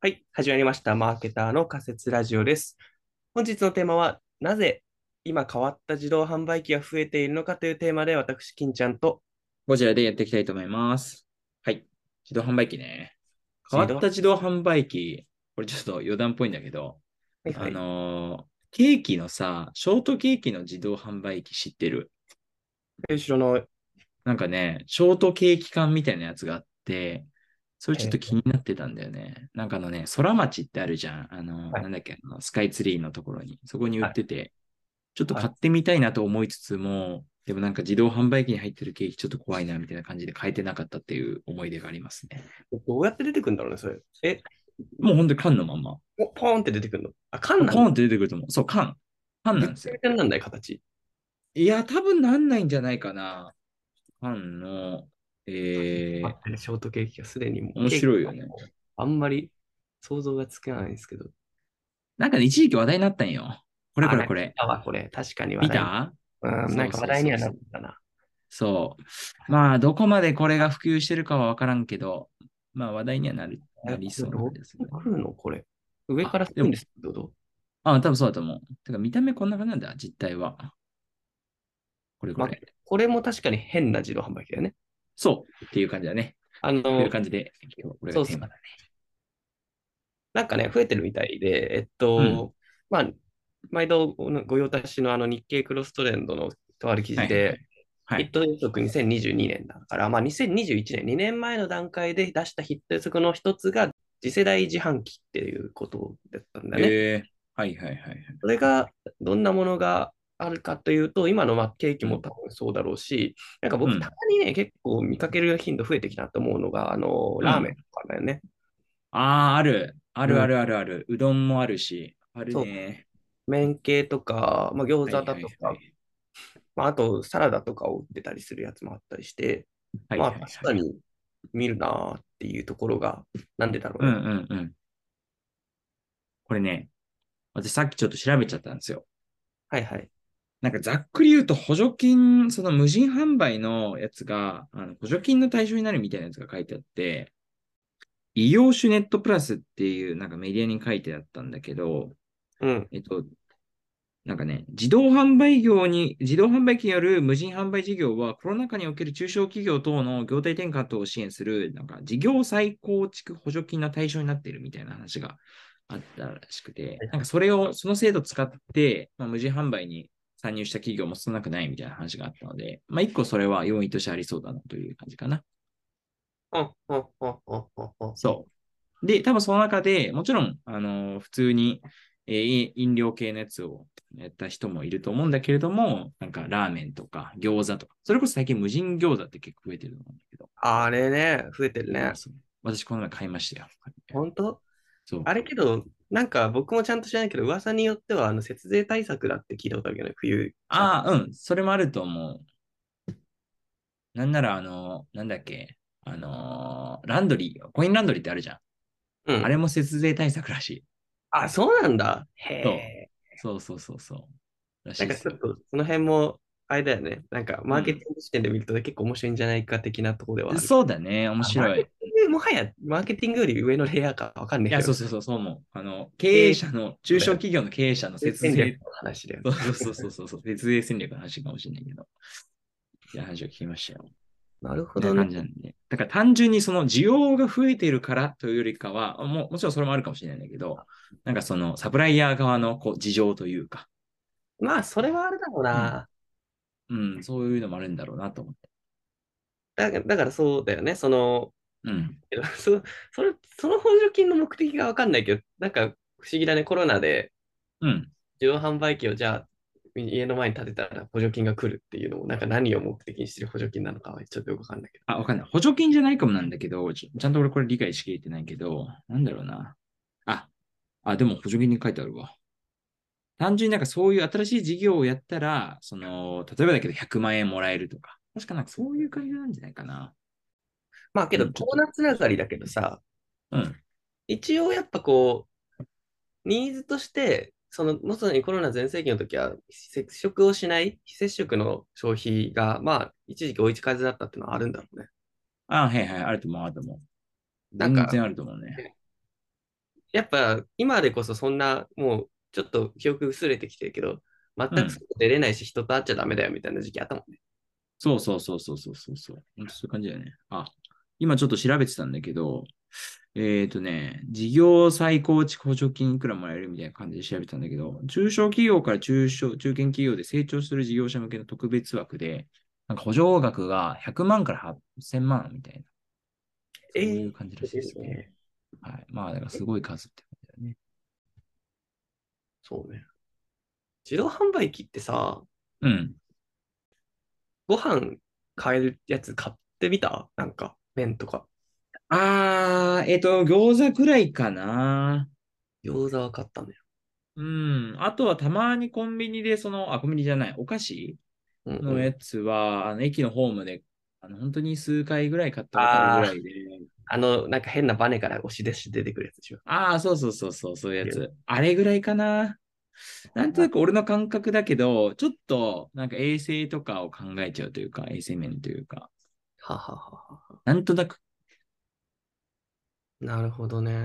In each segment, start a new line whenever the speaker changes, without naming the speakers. はい、始まりました。マーケターの仮説ラジオです。本日のテーマは、なぜ今変わった自動販売機が増えているのかというテーマで、私、金ちゃんと。
ゴジラでやっていきたいと思います。はい。自動販売機ね。変わった自動販売機、これちょっと余談っぽいんだけど、
はいは
あ
い、
のーケーキのさ、ショートケーキの自動販売機知ってる
後ろの、
なんかね、ショートケーキ缶みたいなやつがあって、それちょっと気になってたんだよね。なんかあのね、空町ってあるじゃん。あの、
はい
なんだっけ、あのスカイツリーのところに、そこに売ってて、ちょっと
はい
買ってみたいなと思いつつも、でもなんか自動販売機に入ってるケーキちょっと怖いなみたいな感じで買えてなかったっていう思い出がありますね。
どうやって出てくるんだろうね、それ。え、
もうほんと缶のまんま。
おポーンって出てくるのあ、缶なん
ポン
だ。
って出てくると思う。そう、缶。缶なんですよ
全。然なんだよ、形。
いや、多分なんないんじゃないかな。缶の、えー、
あショートケーキがすでにもう
面白いよね。
あんまり想像がつかないですけど。
なんかね、一時期話題になったんよ。これこれこれ。
あわ、これ。確かに話
見
題
た
うん、なんか話題にはなったな。
そう。まあ、どこまでこれが普及してるかはわからんけど、まあ話題にはなるなりそうなんですね。
来るのこれ。上から来るんですけど、どう
あ、多分そうだと思う。てか見た目こんな感じなんだ、実態は。これこ
ま
れ。
これも確かに変な自動販売機だよね。
そうっていう感じだね。
あ
とい
の
う、感じで、今日俺
そ
が
う
テ
そう
ーマだね。
なんかね、増えてるみたいで、えっと、まあ、毎度ご用達しのあの日経クロストレンドのとある記事
はいはいは
で、
は
ヒッ
い。
ト予測2022年だから、まあ、2021年、2年前の段階で出したヒット予測の一つが次世代自販機っていうことだったんだね。
えー、はいはいはいはい。
それがどんなものがあるかというと、今のまあケーキも多分そうだろうし、なんか
う
僕、
ん
たまにね、結構見かける頻度増えてきたと思うのが、あの
ん
ラーメンとかだよね。
ああ、ある。あ
うん
るあるあるある。うどんもあるし。ある
そう
ね。
麺系とか、まあ、餃子だとか、
はいはい
まあ、あとサラダとかを売ってたりするやつもあったりして、
はい
ま
は
あ
いはい
確かに見るなーっていうところが、 なんでだろう
うん
ね。
うんうん。これね、私さっきちょっと調べちゃったんですよ。
はいはい。
なんかざっくり言うと補助金、その無人販売のやつが、あの補助金の対象になるみたいなやつが書いてあって、異業種ネットプラスっていうなんかメディアに書いてあったんだけど、
うん。
えっと、なんかね、自動販売業に、自動販売機による無人販売事業は、コロナ禍における中小企業等の業態転換等を支援する、なんか事業再構築補助金の対象になっているみたいな話があったらしくて、なんかそれを、その制度を使って、まあ、無人販売に参入した企業も少なくないみたいな話があったので、まあ一個それは要因としてありそうだなという感じかな。
うんうんうんうんうんうん
そう。で、多分その中でもちろん、あのー普通に、えーい飲料系のやつをやった人もいると思うんだけれども、なんかラーメンとか餃子とか、それこそ最近無人餃子って結構増えてると思うんだけど、
あれね、増えてるね。
そう私この前買いましたよ。
本当
そう
あれけど、なんか僕もちゃんと知らないけど、噂によってはあの節税対策だって聞いたことあるけどね、冬。
ああ、うん、それもあると思う。なんなら、あのーなんだっけ、あのーランドリー、コインランドリーってあるじゃん。
うん、
あれも節税対策らしい。
あ、そうなんだ。へえ。
そうそうそうそう。らし
ないん
で
か
す
ちょっ
よ。
と、その辺も、あれだよね。なんか、マーケティング視点で見ると結構面白いんじゃないか的なところではある。
そうだね、面白い。
もはや、マーケティングより上のレイヤーかわかんない
い
けど。
や、そうそうそう、そう思う。あの、経営者の、中小企業の経営者の節
戦略
税、
の話だよ
そ
ね。
うそうそうそうそう、節税戦略の話かもしれないけど、いや、話を聞きましたよ。
なるほ
みたい
どね
な感。じなんで。だから単純にその需要が増えているからというよりかは、もうもちろんそれもあるかもしれないんだけど、なんかそのサプライヤー側のこう事情というか、
まあ、それはあれだろうな。
うん、そういうのもあるんだろうなと思って。
だから、だからそうだよね。その、
うん。
けどそそれその補助金の目的がわかんないけど、なんか不思議だね。コロナで
うん。
自動販売機をじゃあ、家の前に建てたら補助金が来るっていうのも、なんか何を目的にしてる補助金なのかはちょっとよくわかんないけど。
あ、わかんない。補助金じゃないかもなんだけど、ちちゃんと俺これ理解しきれてないけど、なんだろうな。あ、あ、でも補助金に書いてあるわ。単純になんかそういう新しい事業をやったら、その、例えばだけど100万円もらえるとか。確かなんかそういう感じなんじゃないかな。
まあけど、
うんちょ
ド
っ
ー
と
ナツながりだけどさ、
うん。
一応やっぱこう、ニーズとして、その、もとにコロナ全盛期の時は、接触をしない、非接触の消費が、まあ、一時期追いつかずだったっていうのはあるんだろうね。
あ、はいはい、あると思う、あると思う。
なんか
全然あると思うね。
やっぱ今でこそそんな、もうちょっと記憶薄れてきてるけど、全
うん
く外出れないし、人と会っちゃダメだよみたいな時期あったもんね。
そうそうそうそうそうそうそう。ほんとそういう感じだよね。あ、今ちょっと調べてたんだけど、えっ、とね、事業再構築補助金いくらもらえるみたいな感じで調べてたんだけど、中小企業から中小、中堅企業で成長する事業者向けの特別枠で、なんか補助額が100万から8000万みたいな。そ
え
う
ー
いう感じらしいです
いいで
ね。はい。まあ、だからすごい数ってことだよね。
そうね。自動販売機ってさ、
うん。
ご飯買えるやつ買ってみたなんか、麺とか。
あー、えっ、と、餃子くらいかな。
餃子は買ったんだよ。
うん。あとはたまにコンビニで、その、あ、コンビニじゃない、お菓子
うんうん
のやつは、あの駅のホームで、あの本当に数回ぐらい買ったことあるぐらいで。
あの、なんか変なバネから押し出して出てくるやつでしょ。
ああ、そうそうそうそう、そういうやつ。あれぐらいかな。なんとなく俺の感覚だけど、ちょっとなんか衛生とかを考えちゃうというか、衛生面というか、
はははは。
なんとなく、
なるほどね。
う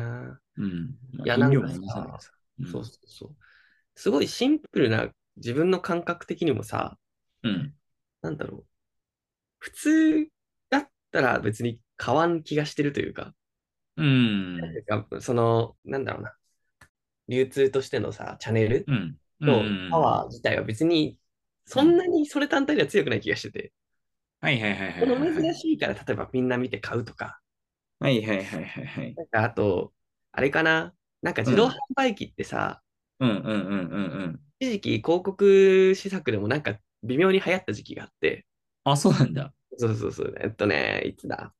ん。まあ
いや
飲料
なんか
も飲まさないからさうん
そうそうそう。すごいシンプルな自分の感覚的にもさ、
うん。
なんだろう。普通だったら別に買わん気がしてるというか、
うん。
なんかその、なんだろうな。流通としてのさ、チャンネル
うん。
の
うん
パワー自体は別に、そんなにそれ単体では強くない気がしてて、
はいはいはいはい
こ
はい
の
はい。
珍しいから、例えばみんな見て買うとか、
はいはいはいはいはい。
なんかあと、あれかな、なんか自動販売機ってさ、
うんうんうんうんうん。
一時期広告施策でもなんか微妙に流行った時期があって、
あ、そうなんだ。
そうそうそう、えっとね、いつだ、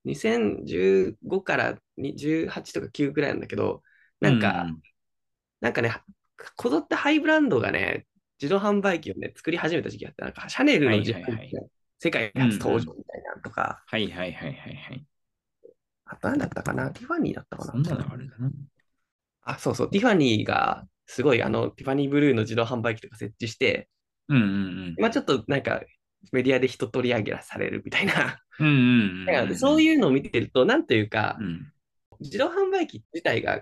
2015から18とか9くらいなんだけど、なんか、なんかね、こぞってハイブランドがね、自動販売機をね、作り始めた時期があって、なんかシャネルの自動販売機が世界初登場みたいなのとか、
はいはいはいはいはい。
あと何だったかな、ティファニーだったか
そんな
な。
のあるんだな。
あ、そうそう、ティファニーがすごいあの、ティファニーブルーの自動販売機とか設置して、
うんうん
まあちょっとなんかメディアで一通り上げらされるみたいな。
うん。うん
だか
うんうん。
らそう
い
いうのを見てると、なんというか
う、ん。
自動販売機自体が、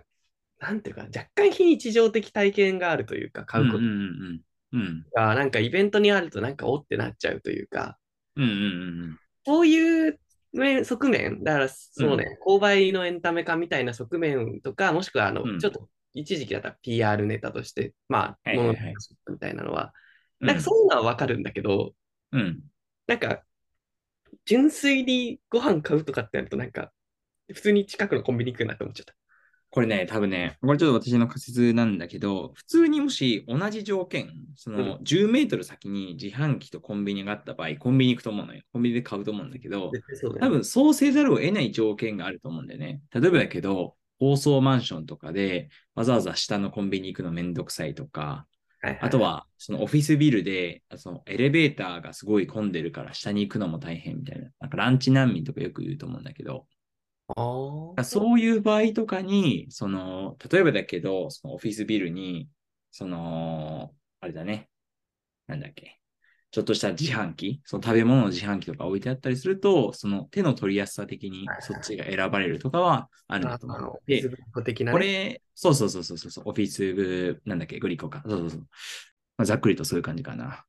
なんていうか、若干非日常的体験があるというか、買うこと
うんうんうん
が、なんかイベントにあると、なんかおってなっちゃうというか、
うん。うんうんうん。
そういう面側面、だからそうね、購買のエンタメ化みたいな側面とか、もしくはあの、
うん
ちょっと一時期だったら PR ネタとして、まあ、
はい
も
はいは
の
い
みたいなのは、なんかそういうのはわかるんだけど、
うん。
なんか、純粋にご飯買うとかってなると、なんか、普通に近くのコンビニ行くなって思っちゃった。
これね、多分ね、これちょっと私の仮説なんだけど、普通にもし同じ条件、その10メートル先に自販機とコンビニがあった場合、コンビニ行くと思うのよ。コンビニで買うと思うんだけど、
絶対そうだ
多
よね
分そうせざるを得ない条件があると思うんだよね。例えばだけど、高層マンションとかでわざわざ下のコンビニ行くのめんどくさいとか、
はいい
あとはそのオフィスビルでそのエレベーターがすごい混んでるから下に行くのも大変みたいな、なんかランチ難民とかよく言うと思うんだけど、
あー
そういう場合とかに、その、例えばだけど、そのオフィスビルに、その、あれだね、なんだっけ、ちょっとした自販機、その食べ物の自販機とか置いてあったりすると、その手の取りやすさ的にそっちが選ばれるとかはあるんだと
あ
思
の
う。、
水
で、
分補的な
こ
ね、
れ、そうそうそうそうそうそう、オフィス部、なんだっけ、グリコか。そうそうそう。まあ、ざっくりとそういう感じかな。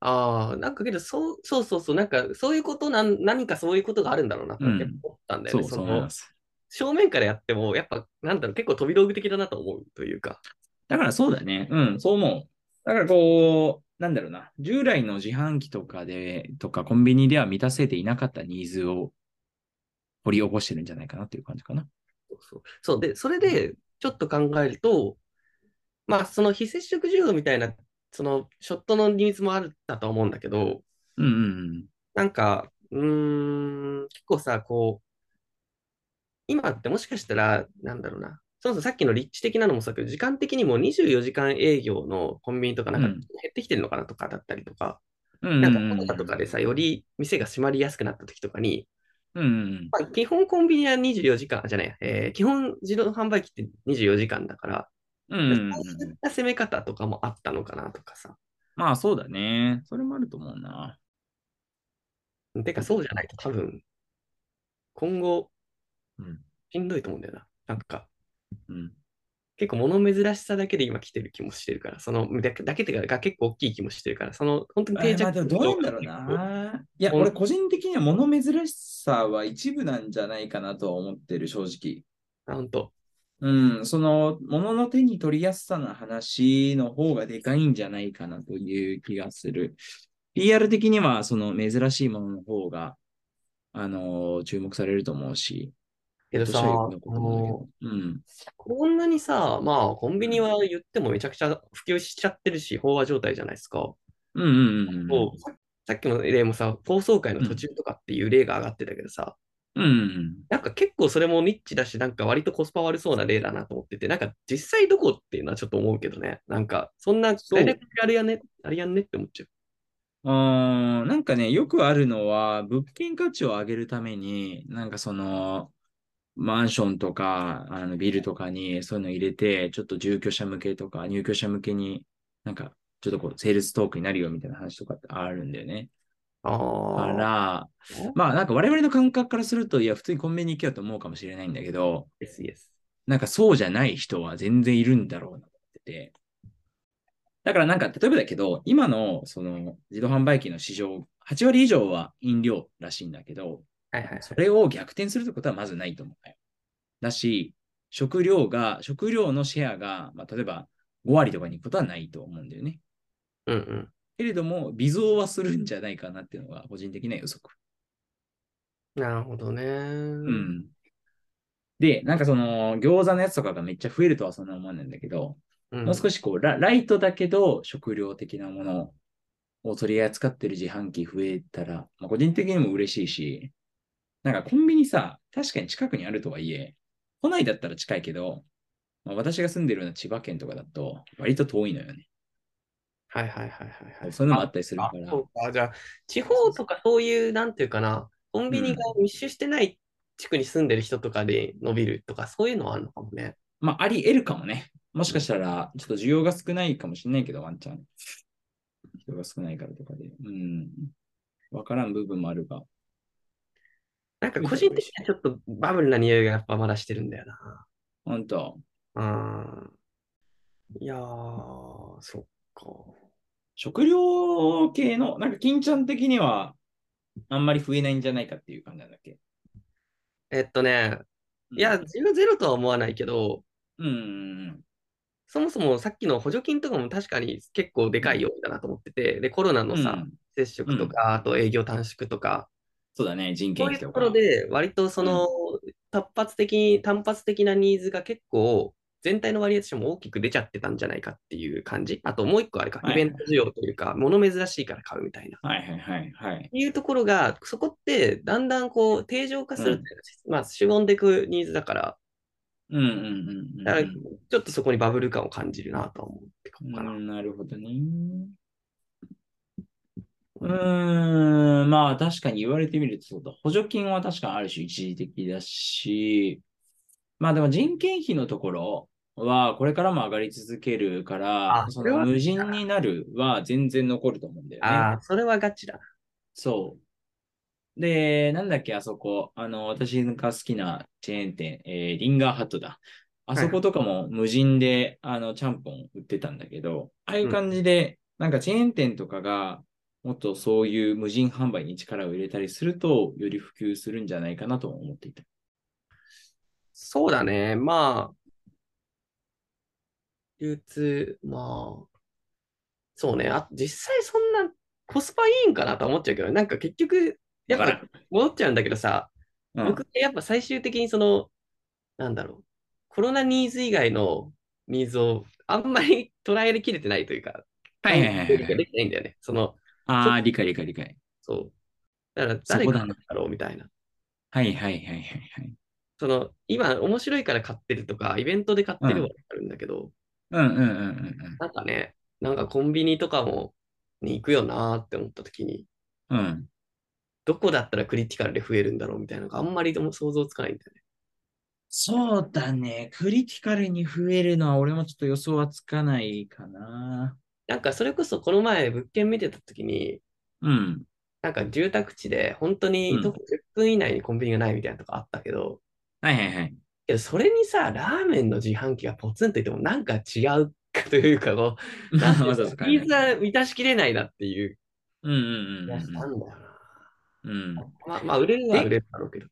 ああ、なんかけど、そう、そうそうそう、なんか、そういうことなん、何かそういうことがあるんだろうなと
うん
やっぱ思ったんだよ
そ
ね。
う
そ
そう思い
の
ます。
正面からやっても、やっぱ、なんだろう、結構飛び道具的だなと思うというか。
だからそうだね。うん、そう思う。だからこう、なんだろうな。従来の自販機とかで、とかコンビニでは満たせていなかったニーズを掘り起こしてるんじゃないかなっていう感じかな。
そうそう。そうで、それで、ちょっと考えると、まあ、その非接触需要みたいな、その、ショットのニーズもあるだと思うんだけど、
うんうん
なんか、うーん、結構さ、こう、今ってもしかしたら、なんだろうな、そもそもさっきの立地的なのもそうだけど、時間的にも24時間営業のコンビニとか、なんか
うん
減ってきてるのかなとかだったりとか、
うん。うん
な
うんん
かコロナとかでさ、より店が閉まりやすくなった時とかに、
うんうん。
まあ、基本コンビニは24時間、あじゃない、えー基本自動販売機って24時間だから、
うんうんうん
そういった攻め方とかもあったのかなとかさ、
まあそうだね。それもあると思うな。
てかそうじゃないと多分、今後
うん。
しんどいと思うんだよな。なんか、
うん。
結構物珍しさだけで今来てる気もしてるから、その、だだけってかが結構大きい気もしてるから、その、本当に定
まあ
着
でもどうなんだろうな。いや、
うん
俺個人的には物珍しさは一部なんじゃないかなとは思ってる、正直。
あ本当。
うん、その、物の手に取りやすさの話の方がでかいんじゃないかなという気がする。PR 的には、その珍しいものの方が、あの注目されると思うし、
けどさ、
私
あ
はよく残ってる
の
んだけどうん。
こんなにさ、まあ、コンビニは言ってもめちゃくちゃ普及しちゃってるし、飽和状態じゃないですか。
うんうんうん
もうささっきの例もさ、放送回の途中とかっていう例が上がってたけどさ、
うん。うんうん
なんか結構それもニッチだし、なんか割とコスパ悪そうな例だなと思ってて、なんか実際どこっていうのはちょっと思うけどね。なんか、そんな、
そう
大体あれやね、あれやんねって思っちゃう。
うーん、なんかね、よくあるのは、物件価値を上げるために、なんかその、マンションとか、あのビルとかにそういうの入れて、ちょっと住居者向けとか、入居者向けに、なんか、ちょっとこう、セールストークになるよみたいな話とかってあるんだよね。だか
ああ、
ら、
そう
まあなんか我々の感覚からすると、いや、普通にコンビニ行けよと思うかもしれないんだけど、
です、です。
なんかそうじゃない人は全然いるんだろうなと思ってて。だからなんか、例えばだけど、今のその自動販売機の市場、8割以上は飲料らしいんだけど、
はいはいはい。
それを逆転するってことはまずないと思うんだよ。だし、食料が、食料のシェアが、まあ、例えば5割とかに行くことはないと思うんだよね。
うんうん。
けれども、微増はするんじゃないかなっていうのが個人的な予測。
なるほどね。
う。ん。で、なんかその餃子のやつとかがめっちゃ増えるとはそんな思わないんだけど、
うん、
もう少しこうラ、ライトだけど食料的なものを取り扱ってる自販機増えたら、まあ、個人的にも嬉しいし、なんかコンビニさ、確かに近くにあるとはいえ、都内だったら近いけど、まあ、私が住んでるような千葉県とかだと、割と遠いのよね。
はいはいはいはいはい。
そういうのもあったりするか
あ
ら。
そうか、じゃあ、地方とかそういう、なんていうかな、コンビニが密集してない地区に住んでる人とかで伸びるとか、そういうのはあるのかもね。
まあ、あり得るかもね。もしかしたら、ちょっと需要が少ないかもしれないけど、ワンチャン。人が少ないからとかで。うん。わからん部分もあるが。
なんか個人的にはちょっとバブルな匂いがやっぱまだしてるんだよ
本当
な。うん。いやー、そっか。
食料系の、なんか、金ちゃん的には、あんまり増えないんじゃないかっていう感じなんだっけ。
えっとね、いや、自分ゼロとは思わないけど、
うん。
そもそもさっきの補助金とかも確かに結構でかいようだなと思ってて、で、コロナ
う
の
ん。
さ、接触とか、あと営業短縮とか、
そうだね、人件
そうい
費
うとこ
とか。
ろで、割とその、突発的に、単発的なニーズが結構、全体の割合としても大きく出ちゃってたんじゃないかっていう感じ。あともう一個あれか、
はい
イベント需要というか、物珍しいから買うみたいな。っ
はいはいはいはい。
ていうところが、そこってだんだんこう、定常化するっていうか、まあ、しぼんでいくニーズだから、
うんうんうんうん。
だからちょっとそこにバブル感を感じるなとは思うってこ
う
とかな。
ん、なるほどね。うーん、まあ確かに言われてみるとそうだ。補助金は確かにある種一時的だし、まあでも人件費のところはこれからも上がり続けるから、
あ
そ
それは
の無人になるは全然残ると思うんだよね。
ああ、それはガチだな。
そう。で、なんだっけ、あそこ。あの、私が好きなチェーン店、えーリンガーハットだ。あそことかも無人で、あの、ちゃんぽん売ってたんだけど、ああいう感じで、なんかチェーン店とかが、もっとそういう無人販売に力を入れたりすると、より普及するんじゃないかなと思っていた。
そうだね。まあ、流通、まあ、そうね。あ、実際そんなコスパいいんかなとは思っちゃうけど、なんか結局、やっ
わ
ぱ戻っちゃうんだけどさ、
からんうん
僕ってやっぱ最終的にその、なんだろう、コロナニーズ以外のニーズをあんまり捉えきれてないというか、
はいはいはい
理
は
解
い。
できてないんだよね。その、
ああ、理解理解理解。
そう。だから
そ
誰
こ
が
だ
買
ね
うんだろうみたいな。
はいはいはいはいはい。
その、今面白いから買ってるとか、イベントで買ってるはあるんだけど、
うんうんうんうんうん。
なんかね、なんかコンビニとかもに行くよなーって思った時に、
うん。
どこだったらクリティカルで増えるんだろうみたいなのがあんまりでも想像つかないんだよね。
そうだね。クリティカルに増えるのは俺もちょっと予想はつかないかな。
なんかそれこそこの前物件見てた時に、
うん。
なんか住宅地で本当に
うん
徒歩10分以内にコンビニがないみたいなとかあったけど、
はいはいはい。
けど、それにさ、ラーメンの自販機がポツンといても、なんか違うというか、こう、
わ
なんて
ざ
いう
わ
の
ざ使え
ニ
ない
ーズは満たしきれないなっていう
うんうん
気
うん
がしたんだよな。
うんうん。
まあ、まあ、売れるのは
え
売れるだろうけど。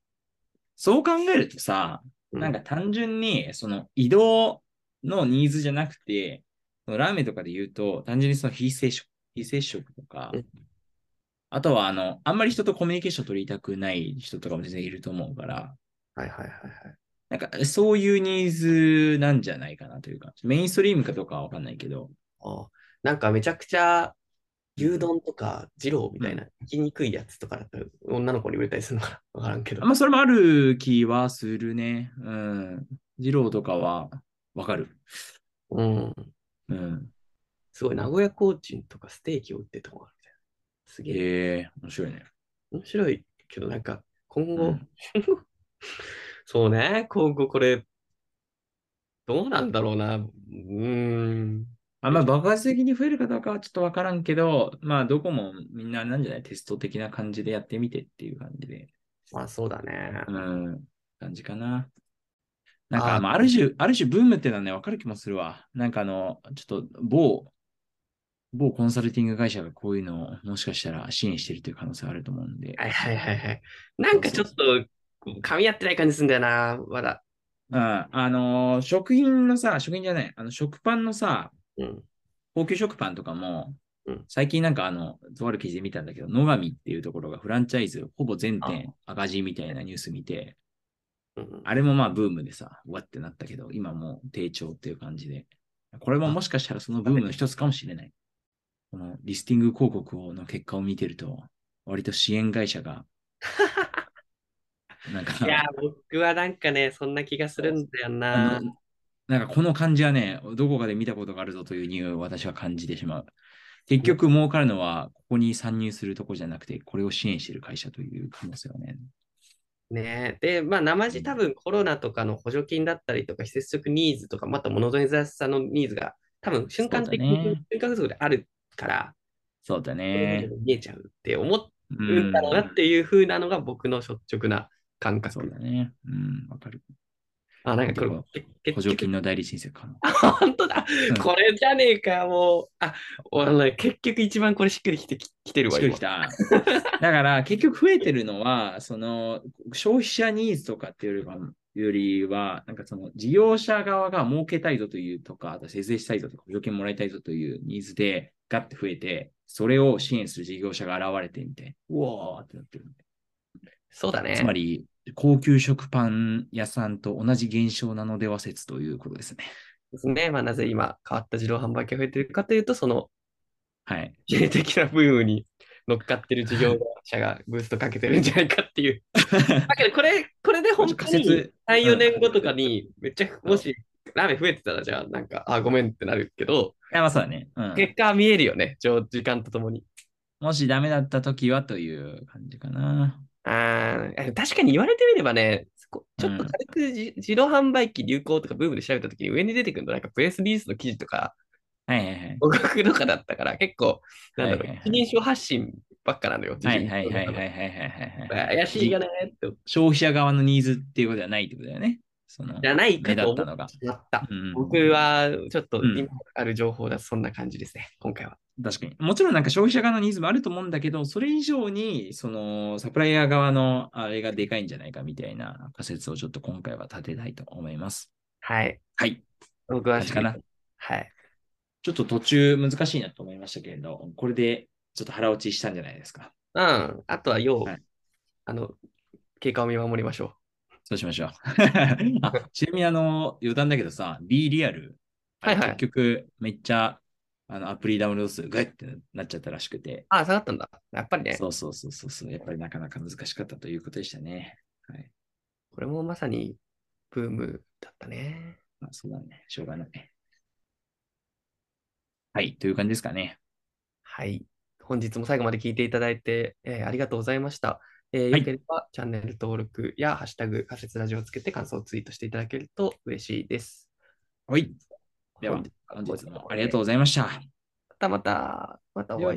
そう考えるとさ、
うん
なんか単純にその移動のニーズじゃなくて、そのラーメンとかで言うと、単純にその非接触、非接触とか
うん、
あとはあの、あんまり人とコミュニケーション取りたくない人とかも全然いると思うから、
はいはいはいはい。
なんかそういうニーズなんじゃないかなというか、メインストリームかどうかはわかんないけど、
ああなんかめちゃくちゃ牛丼とか二郎みたいな、行きにくいやつとかだったら女の子に売れたりするのかな わからんけど
あ。まあそれもある気はするね。うん。二郎とかはわかる。
うん。
うん。
すごい、名古屋コーチンとかステーキを売ってるとこがあるみたいな。すげえ、
へえ面白いね。
面白いけど、なんか今
う
後、
ん
そうね、今後これ、どうなんだろうな。うーん。
あんま爆発的に増えるかどうかはちょっとわからんけど、まあどこもみんななんじゃないテスト的な感じでやってみてっていう感じで、
まあそうだね。
うん、感じかな。なんか
あー
まあある種、ある種ブームってのはね、わかる気もするわ。なんかあの、ちょっと某、某コンサルティング会社がこういうのをもしかしたら支援してるという可能性はあると思うんで。
はいはいはいはい。なんかちょっと、噛み合ってない感じすんだよな、まだ。
うん、あのー食品のさ、食品じゃない、あの食パンのさ、
うん。
高級食パンとかも
うん、
最近なんかあの、とある記事で見たんだけど、野上っていうところがフランチャイズほぼ全店赤字みたいなニュース見て、
うん
あれもまあブームでさ、うわってなったけど、今もう低調っていう感じで、これももしかしたらそのブームの一つかもしれない。このリスティング広告をの結果を見てると、割と支援会 社が、なんか、
いや、僕はなんかね、そんな気がするんだよ
あ
な。
のなんかこの感じはね、どこかで見たことがあるぞという匂いを私は感じてしまう。結局儲かるのは、ここに参入するとこじゃなくて、これを支援している会社という可能性はね。
ねで、まあ、なまじ多分コロナとかの補助金だったりとか、非接触ニーズとか、また物の珍しさのニーズが、多分瞬間的
そうだ
に
ね、
瞬間不足であるから、
そうだ
そういう
ね。
のが見えちゃうって思
う
うん
ん
だろうなっていう風なのが僕の率直な感覚。
そうだね。うん、わかる。
あ、なんかこ
本
れ、け
補
結
助
局、
金の代理申請かな。
本当だ
うん、
これじゃねえか、もう。あ、俺ね、結局一番これしっくりきてききてるわ、
しっくりきた。 だから結局増えてるのは、その消費者ニーズとかっていうよりは、よりはなんかその事業者側が儲けたいぞというとか、あと節税したいぞとか、補助金もらいたいぞというニーズでガッて増えて、それを支援する事業者が現れてみて、うわーってなってる。
そうだね。
つまり、高級食パン屋さんと同じ現象なのでは説ということですね。
ですね。まあ、なぜ今、変わった自動販売機が増えてるかというと、その、
はい。
経営的なブームに乗っかってる事業者がブーストかけてるんじゃないかって いう。だけど、これ、これで本当
仮
に
説
3、
う
4
ん
年後とかに、めっちゃ、もし、ラーメン増えてたら、じゃあ、なんか、あ、ごめんってなるけど、
いや、まあそうだね。うん
結果は見えるよね、ちょ時間とともに。
もしダメだった時はという感じかな。
あー確かに言われてみればね、そこちょっと軽くじ、自動販売機流行とかブームで調べたときに上に出てくるの、なんかプレスリリースの記事とか、
はいはいはい。
報告とかだったから、結構、なんだろ
は
う
いはいはい、
一人称発信ばっかなのよ。自
はい
信
はいはいはいはいはいはい。
怪しいよねって
消費者側のニーズっていうことではないってことだよね。その
じゃないか
目立
と
っ
思
た
っ
のが。
てしまった。
うん、
僕はちょっと
うん
今ある情報だとそんな感じですね、今回は。
確かに。もちろんなんか消費者側のニーズもあると思うんだけど、それ以上にそのサプライヤー側のあれがでかいんじゃないかみたいな仮説をちょっと今回は立てたいと思います。
はい。
はい。
僕は
確かな。
はい。
ちょっと途中難しいなと思いましたけれど、これでちょっと腹落ちしたんじゃないですか。
うん。あとは要、
はい
あの、経過を見守りましょ
そうしましょう。 あちなみにあの、余談だけどさ、B リアル、あれ
はいはい
結局めっちゃあのアプリダウンロード数グッってなっちゃったらしくて
う。、あ、下がったんだ。やっぱりね、
そうそうそうそうそう、やっぱりなかなか難しかったということでしたね。はい。
これもまさにブームだったね。
まあ、そうだね。しょうがない。はい、という感じですかね。
はい。本日も最後まで聞いていただいて、えーありがとうございました。えー
はい
よければチャンネル登録やハッシュタグ仮説ラジオをつけて感想をツイートしていただけると嬉しいです。
はい。では、
本
本日もありがとうございました。
またまた、またお会いしましょう。